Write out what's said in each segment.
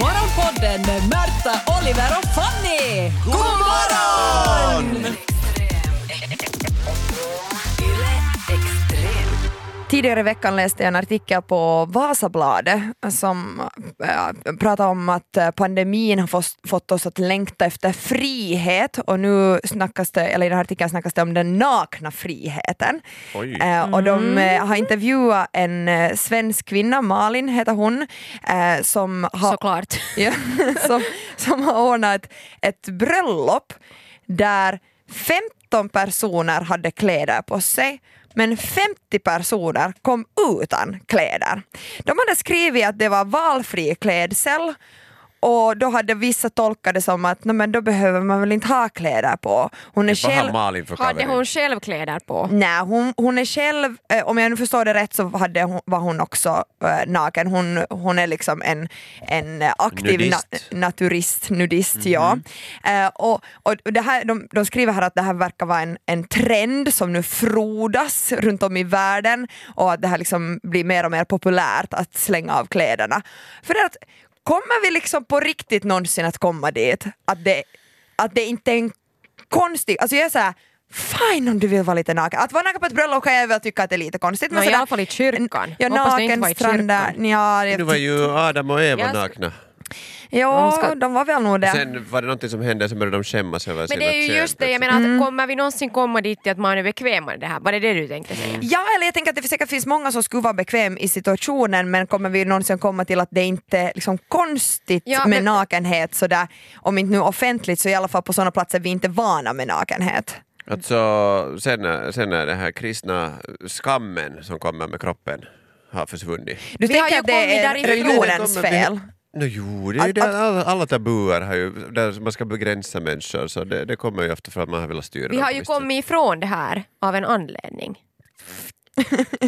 Morgonpodden med Märta, Oliver och Fanny! God morgon! Tidigare i veckan läste jag en artikel på Vasabladet som äh, pratade om att eh, pandemin har fått, fått oss att längta efter frihet och nu snackas det, eller i den här artikeln snackas det om den nakna friheten. Oj. Eh, och de eh, har intervjuat en eh, svensk kvinna, Malin heter hon, eh, som har Såklart. ja, som, som har ordnat ett bröllop där 15 personer hade kläder på sig men 50 personer kom utan kläder. De hade skrivit att det var valfri klädsel och då hade vissa tolkat det som att "Nå, men då behöver man väl inte ha kläder på. Hon är Vad har själv... Malin för Hade kaveri? hon själv kläder på? Mm. Nej, hon, hon är själv, eh, om jag nu förstår det rätt så hade hon, var hon också eh, naken. Hon, hon är liksom en, en eh, aktiv na, Nudist. naturist, nudist ja. Mhm. Eh, och, och det här, de, de skriver här att det här verkar vara en, en trend som nu frodas runt om i världen och att det här liksom blir mer och mer populärt att slänga av kläderna. För det att, kommer vi liksom på riktigt någonsin att komma dit? Att det, att det inte är en konstig, alltså jag är såhär Fine om du vill vara lite naken. Att vara naken på ett bröllop kan jag väl tycka att det är lite konstigt. Nå, i sådär- alla fall i kyrkan. Ja, Hoppas det inte var i nakenstranda. kyrkan. Ja, Nu var det, ju Adam och Eva Jag ska- nakna. ja, Hon ska- de var väl nog det. Sen var det någonting som hände så började de skämmas över Men sina det är ju kön, just det, jag plötsligt. menar Mm. att kommer vi någonsin komma dit till att man är bekväm med det här? Var det det du tänkte säga? Mm. Ja, eller jag tänker att det säkert finns många som skulle vara bekväm i situationen men kommer vi någonsin komma till att det inte är liksom konstigt Ja, med men- nakenhet sådär, om inte nu offentligt så i alla fall på sådana platser vi inte är vana med nakenhet. Alltså, sen, sen är den här kristna skammen som kommer med kroppen har försvunnit. Du Vi har tänker ju att det är kommit därifrån. religionens Det kommer- fel? Nå, jo, det är ju Att- det, att- alla, alla tabuer har ju, där man ska begränsa människor så det, det kommer ju ofta för att man har velat styra Vi dem har på ju visst sätt. kommit ifrån det här av en anledning.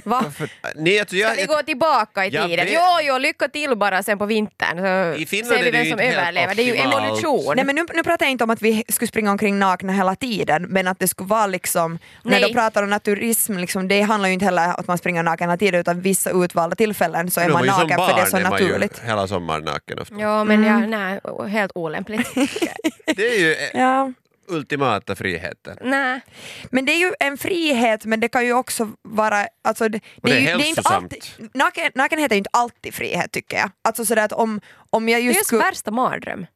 Va? För, nej, alltså, Ska jag, vi gå tillbaka i jag tiden? vet- Jo, jo, lycka till bara sen på vintern så I Finland ser vi är det vem ju som inte helt överlever. Det är ju optimalt. evolution. Nej men nu, nu pratar jag inte om att vi skulle springa omkring nakna hela tiden men att det skulle vara liksom, när Nej. de pratar om naturism, liksom, det handlar ju inte heller om att man springer naken hela tiden utan vissa utvalda tillfällen så är Nu var man ju som naken för det är så barn man ju naturligt. hela sommaren naken ofta. Ja, men Mm. ja, nej, helt olämpligt. Det är ju eh, Ja. ultimata friheten. nej. Men det är ju en frihet men det kan ju också vara... Alltså, det, Och det är ju, det inte hälsosamt. alltid, naken, nakenhet är ju inte alltid frihet tycker jag. Alltså sådär att om, om jag Det är just ens skulle... värsta mardröm.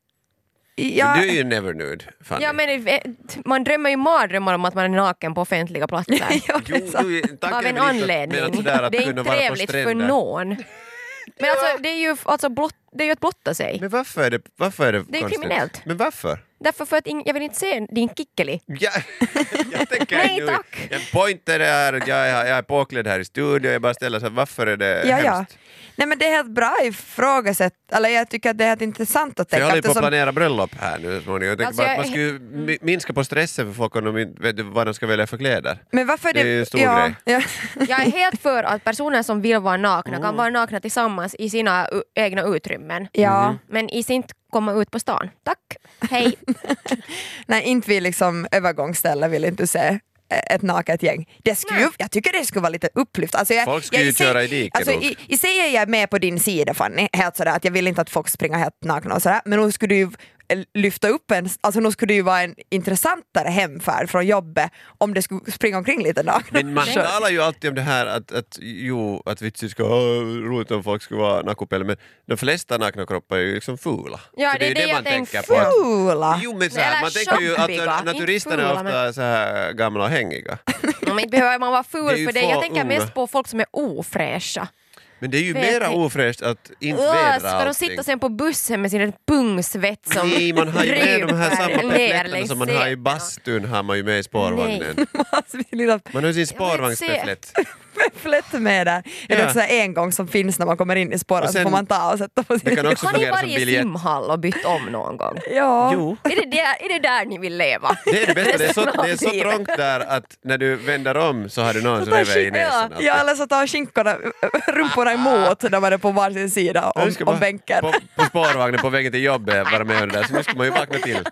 Ja, Men du är ju never nude, Fanny. Ja, men, eh, man drömmer ju mardrömmar om att man är naken på offentliga platser. ja, det Jo, är sant. du, tanken är av en väl inte att- anledning. men att sådär att det är kunna inte vara på trevligt för stränder. någon. Men alltså, det är ju, alltså, blott, det är ju att blotta sig. Men varför är det, varför är det, är ju konstigt? kriminellt. Men varför? Därför för att ing, jag vill inte se din kickeli. Jag, jag tänker Nej, nu, tack. En pointer är att jag, är- jag är påklädd här i studion, jag bara ställer så här, varför är det Ja, ja. hemskt? Nej men det är helt bra ifrågasätt, eller jag tycker att det är helt intressant att För tänka jag håller på att eftersom- planera bröllop här nu så småningom. Jag tänker Alltså, bara att jag- man skulle mi- minska på stressen för folk om de inte vet vad de ska välja för kläder. Men varför är det... Det är ju en stor ja, grej. Ja. Jag är helt för att personer som vill vara nakna Mm. kan vara nakna tillsammans i sina u- egna utrymmen. ja. Men i sin inte komma ut på stan. Tack, hej. Nej, inte vid liksom övergångsställe vill inte se eh, ett naket gäng. Det skulle ju, jag tycker det skulle vara lite upplyft. Alltså jag, Folk skulle jag ju i sig- köra i diket Alltså, nog. i, I sig är jag med på din sida Fanny, helt sådär att jag vill inte att folk springer helt nakna och sådär. Men nog skulle du ju eh, lyfta upp en, alltså nog skulle det ju vara en intressantare hemfärd från jobbet om det skulle springa omkring lite nakna. Men man Nej. talar ju alltid om det här att, att jo, att vitsen ska ha roligt om folk ska vara nakopelle, men de flesta nakna kroppar är ju liksom fula. Ja, så det är det jag tänker på. att- Fula! Jo men så här, Eller man tänker ju shoppiga. att Inte naturisterna är fula, ofta så här gamla och hängiga. Ja, men inte behöver man vara Det är ful ju för det. Jag få tänker mest unga. på folk som är ofräscha. Men det är ju Vet mera ni- ofräscht att inte Öh, vädra ska de allting. sitta sen på bussen med sin pungsvett som Nej, man har ju med de här dryper samma ner perfläkterna längs som man har i scenen. bastun har man ju med i spårvagnen. Alltså, Lilla Man har ju sin men spårvagnsperfläkt. flätt med där. Det är Ja. också så här en gång som finns när man kommer in i Och spåret så sen- får man ta och sätta på Det sin... kan också Har ni fungera som varit i biljett. simhall och bytt om någon gång? Ja. Jo. Är det där, är det där ni vill leva? Det är det bästa, det är, så, Resten av det är så livet. trångt där att när du vänder om så har du någons reve i näsan. Ja, eller så tar skinkorna, rumporna emot när man är på varsin sida Ja, om, du ska om bara bänken. På, på spårvagnen på vägen till jobbet vara med om det där, så nu ska man ju vakna till.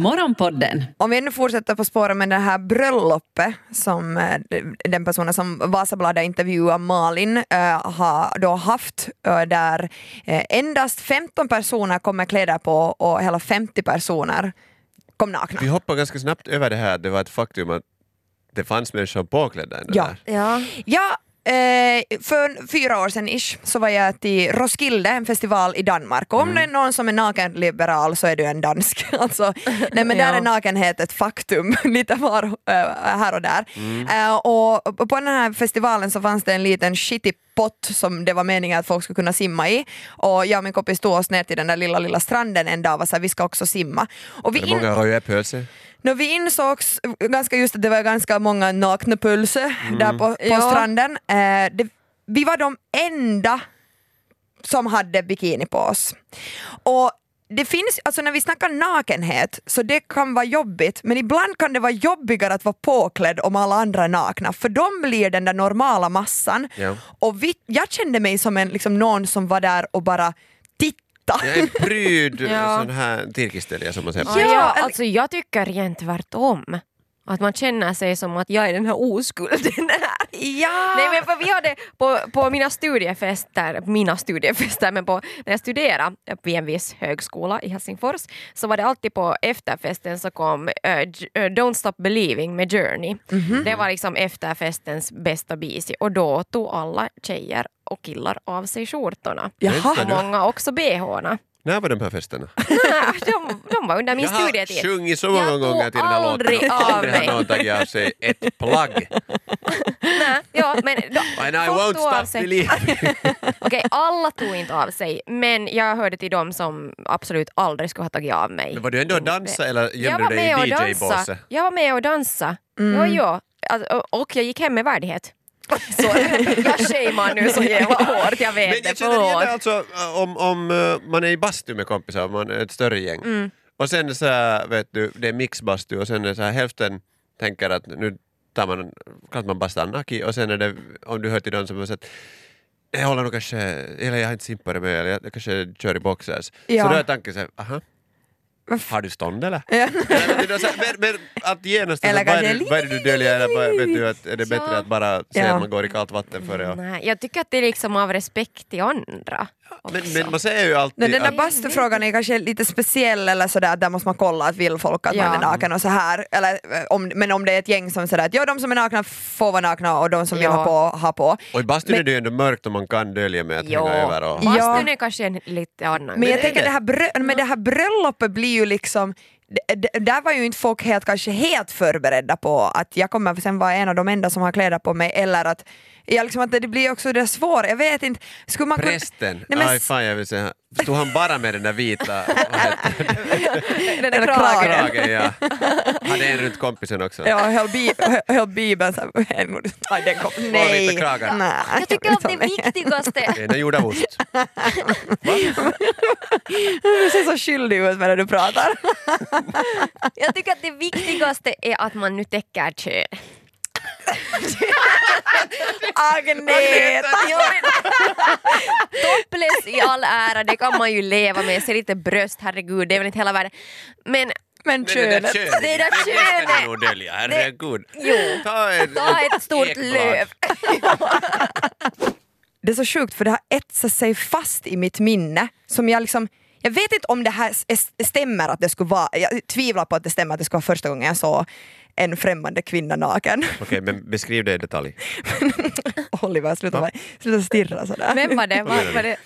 Morgonpodden. Om vi nu fortsätter på spåret med det här bröllopet som eh, den personen som Vasabladet intervjuar, Malin, eh, har då haft eh, där eh, endast 15 personer kommer kläder på och hela 50 personer kom nakna. Vi hoppar ganska snabbt över det här, det var ett faktum att det fanns människor påklädda ändå Ja. där. Ja. Ja, eh, för fyra år sedan ish så var jag till Roskilde, en festival i Danmark. Mm. Och om det är någon som är nakenliberal så är du en dansk. Alltså, nej men där Ja. är nakenhet ett faktum, lite var, eh, här och där. Mm. Eh, och och på den här festivalen så fanns det en liten shitty pott som det var meningen att folk skulle kunna simma i. Och jag och min kompis tog oss ner till den där lilla, lilla stranden en dag och var så här, vi ska också simma. Och vi Är det in- många röda pölser? No, vi insåg s- ganska just att det var ganska många nakna pulser där på, på Ja. stranden. Eh, det, vi var de enda som hade bikini på oss. Och det finns, alltså när vi snackar nakenhet så det kan vara jobbigt men ibland kan det vara jobbigare att vara påklädd om alla andra är nakna för de blir den där normala massan Ja. och vi, jag kände mig som en, liksom någon som var där och bara tittade. Jag är en pryd Ja. sån här tirkistelja som man säger. Ja, Ja, eller- alltså jag tycker rent tvärtom. Att man känner sig som att jag är den här oskulden här. Ja. Nej men för vi hade på, på mina studiefester, mina studiefester, men på, när jag studerade vid en viss högskola i Helsingfors så var det alltid på efterfesten så kom eh, J- eh, Don't Stop Believing med Journey. Det var liksom efterfestens bästa bis och då tog alla tjejer och killar av sig skjortorna. Jaha. Vänta nu. Många också bhna. När var de här festerna? Nej, de, de var under min Jag har studietid. sjungit så många Jag tog gånger till den här låten. aldrig av Aldrig har mig. någon tagit av sig ett plagg. Nej, ja, men då, And I folk won't tog av stop sig- believing. Okej, alla tog inte av sig, men jag hörde till dem som absolut aldrig skulle ha tagit av mig. Men Var du ändå och dansa eller Jag gömde var du dig i med och DJ-båset? dansa. Jag var med och dansa. Jo, jo. Alltså, Och jag gick hem med värdighet. Så, jag shamear nu så jävla hårt, jag vet Men det. jag känner igen förlåt. det alltså äh, om, om äh, man är i bastu med kompisar, om man är ett större gäng. Mm. Och sen så här, vet du, det är mixbastu och sen är det så här, hälften tänker att nu tar man, kanske man bastar naki och sen är det, om du hör till dem som har sagt jag håller nog kanske, eller jag har inte simpare med, eller jag kanske kör i boxers. Ja. Så då är tanken såhär, aha, har du stånd eller? Ja. Nej, men det är så här, men- men att genast, Eller alltså, vad, kanske är det, vad är det du döljer? Eller vad, vet du, att, är det bättre Ja. att bara säga Ja. att man går i kallt vatten före? Och, Nej, jag tycker att det är liksom av respekt till andra. men, också. men man säger ju alltid No, den där att- bastufrågan är kanske lite speciell eller sådär, där måste man kolla att vill folk att man Ja. är naken och så här. Eller, eh, om, men om det är ett gäng som sådär att ja, de som är nakna får vara nakna och de som vill Ja. ha på, ha på. Och i bastun Men- är det ju ändå mörkt och man kan dölja med att Jo, hänga över. Och... Ja. bastun är kanske en lite annan Men jag grej. tänker det här, brö- men det här bröllopet blir ju liksom d- d- där var ju inte folk helt, kanske helt förberedda på att jag kommer sen vara en av de enda som har kläder på mig eller att, ja, liksom att det blir också det svåra, jag vet inte. Skulle man kunna- Prästen, Nej, men aj s- fan jag vill säga, stod han bara med den där vita vad heter det, Den där den där kragen. kragen. kragen? Ja. Hade en runt kompisen också. Ja, höll, bi- hö- höll bibeln såhär, nej den kom, nej. lite kragar. nej. Jag tycker vill att ta det mig. viktigaste Den är gjord av ost. Du ser så skyldig ut när du pratar. Jag tycker att det viktigaste är att man nu täcker kön. Agneta! Topless i all ära, det kan man ju leva med. Se lite bröst, herregud, det är väl inte hela världen. Men Men Men det könet. där könet, Det där det ska könet. du nog dölja, herregud. Jo. Ta, en, ta ett stort ekblad. löv. Det är så sjukt för det har etsat sig fast i mitt minne som jag liksom jag vet inte om det här s- s- stämmer att det skulle vara, jag tvivlar på att det stämmer att det skulle vara första gången jag såg en främmande kvinna naken. Okej, men beskriv det i detalj. Oliver, sluta, bara- sluta stirra sådär. Vem var det? Var, var det?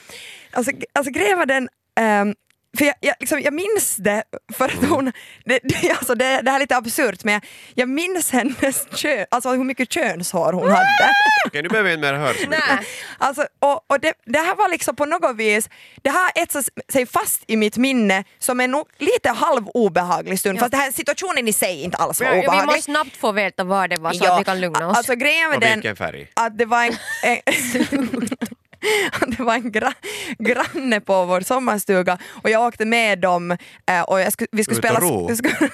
Alltså, alltså grejen var den, ehm, för jag, jag, liksom, jag minns det för Mm. att hon, det, det, alltså, det, det här är lite absurt men jag, jag minns hennes kön, alltså hur mycket könshår hon hade. Okej, nu behöver jag inte mer höra så mycket. Nej. Alltså, och, och det, det här var liksom på något vis, det här etsat sig fast i mitt minne som en nog lite halv obehaglig stund fast den här situationen i sig inte alls var obehaglig. Vi måste snabbt få veta vad det var så att vi kan lugna oss. Alltså grejen med Och den, vilken färg? att det var en, en att det var en gra, granne på vår sommarstuga och jag åkte med dem eh, och jag sku, vi skulle Ut och spela... ro. vi skulle-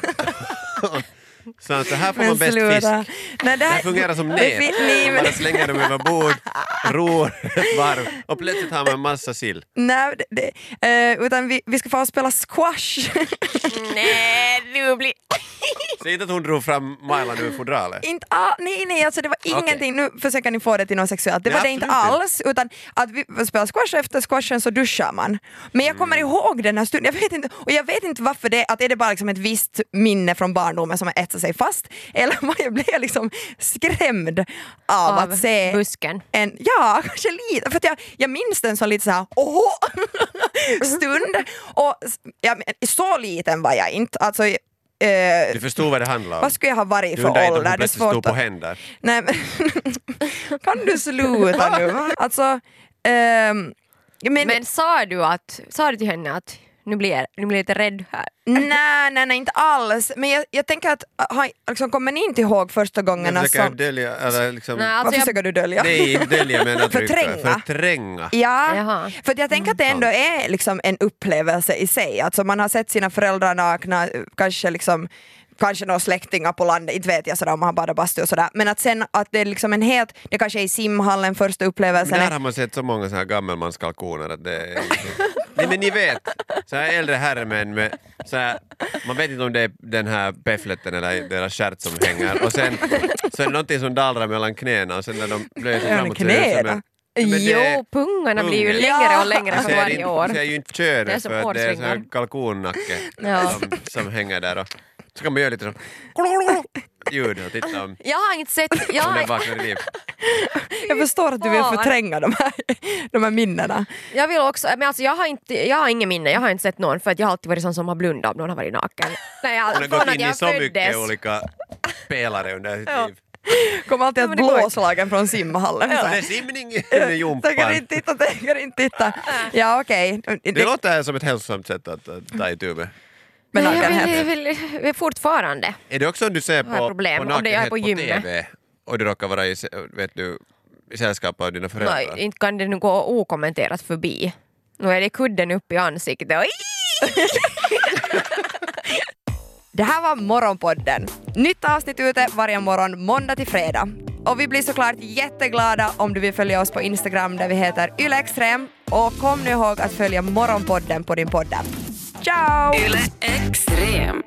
Så han sa, här får man bäst fisk. Nej, det, Det här, här fungerar som Det nät. fin- nej, men- Man slänger dem över bord, ror ett varv och plötsligt har man en massa sill. nej, det, det, eh, utan vi, vi ska få spela squash. Nej, nu blir... Säg inte att hon drog fram Mailan ur fodralet. inte all, nej, nej, alltså det var ingenting. Nu försöker ni få det till något sexuellt. Det Nej, var det inte absolut inte. alls. Utan att vi spelar squash och efter squashen så duschar man. Men jag kommer Mm. ihåg den här stunden. Jag vet inte, och jag vet inte varför det är. Att är det bara liksom ett visst minne från barndomen som har etsat sig fast? Eller vad jag blev liksom skrämd av, Av att se busken. en, ja, kanske lite. För att jag, jag minns den som lite så här, åhå, stund. Och s- ja, men så liten var jag inte. Alltså, eh, Du förstod vad det handlade om. vad skulle jag ha varit Du för undrar inte ålder? om hon Det är plötsligt stod svårt på att... händer. Nej, men kan du sluta nu? Alltså, ehm, men, Men sa du, att, sa du till henne att nu blir jag, nu blir jag lite rädd här? nej, nej, nej, inte alls. Men jag, jag tänker att, har, liksom, kommer ni inte ihåg första Jag gångerna försöker som... dölja, eller liksom... Nej, Vad alltså jag, försöker du dölja? Nej, inte dölja men att trycka. Förtränga. Förtränga. Ja, Jaha. för att jag tänker att det ändå är liksom en upplevelse i sig. Alltså man har sett sina föräldrar nakna, kanske liksom Kanske några släktingar på landet, inte vet jag sådär om man har badat bastu och sådär. Men att sen att det är liksom en helt, det kanske är i simhallen första upplevelsen. Där har man sett så många såna här gammelmanskalkoner att det är... Nej men ni vet, så här äldre herremän med så här, man vet inte om det är den här peffletten eller deras stjärt som hänger och sen så är det någonting som dallrar mellan knäna och sen när de blöser Ja, framåt så knäna. är det som en- Nej, men det är- jo, pungarna blir ju pungen. längre och längre Alltså, Jag för ser, varje inte, år. ser ju inte Det är könet som för att det är så här hårsvingar. kalkonnacke Ja. som, som hänger där och så kan man göra lite så ljud och titta om Jag har inte sett... Jag om den har, vaknar i liv. Jag förstår att du vill Fan. förtränga de här, de här minnena. Jag vill också, men alltså jag har, inte, jag har ingen minne, jag har inte sett någon för att jag har alltid varit sån som har blundat om någon har varit naken. Nej, jag, Hon har från gått att in i jag så mycket föddes. olika pelare under sitt Ja. liv. Kommer alltid Ja, att men det går blåslagen från simhallen. så Det är här. simning i Tänker jumpan. inte titta, tänker inte titta. Ja okej. Det låter som ett hälsosamt sätt att eh, ta itu med. Men Nej, jag, nakenhet. vill, jag, vill, jag vill fortfarande. Är det också om du ser Har jag på, problem på om det jag är nakenhet på, på gymmet? TV och du råkar vara i, se- vet du, i sällskap av dina föräldrar? Nej, inte kan det nu gå okommenterat förbi. Nu är det kudden upp i ansiktet och Det här var Morgonpodden. Nytt avsnitt ute varje morgon måndag till fredag. Och vi blir såklart jätteglada om du vill följa oss på Instagram där vi heter ylextrem. Och kom nu ihåg att följa Morgonpodden på din poddapp. Ciao! Yle Extrem.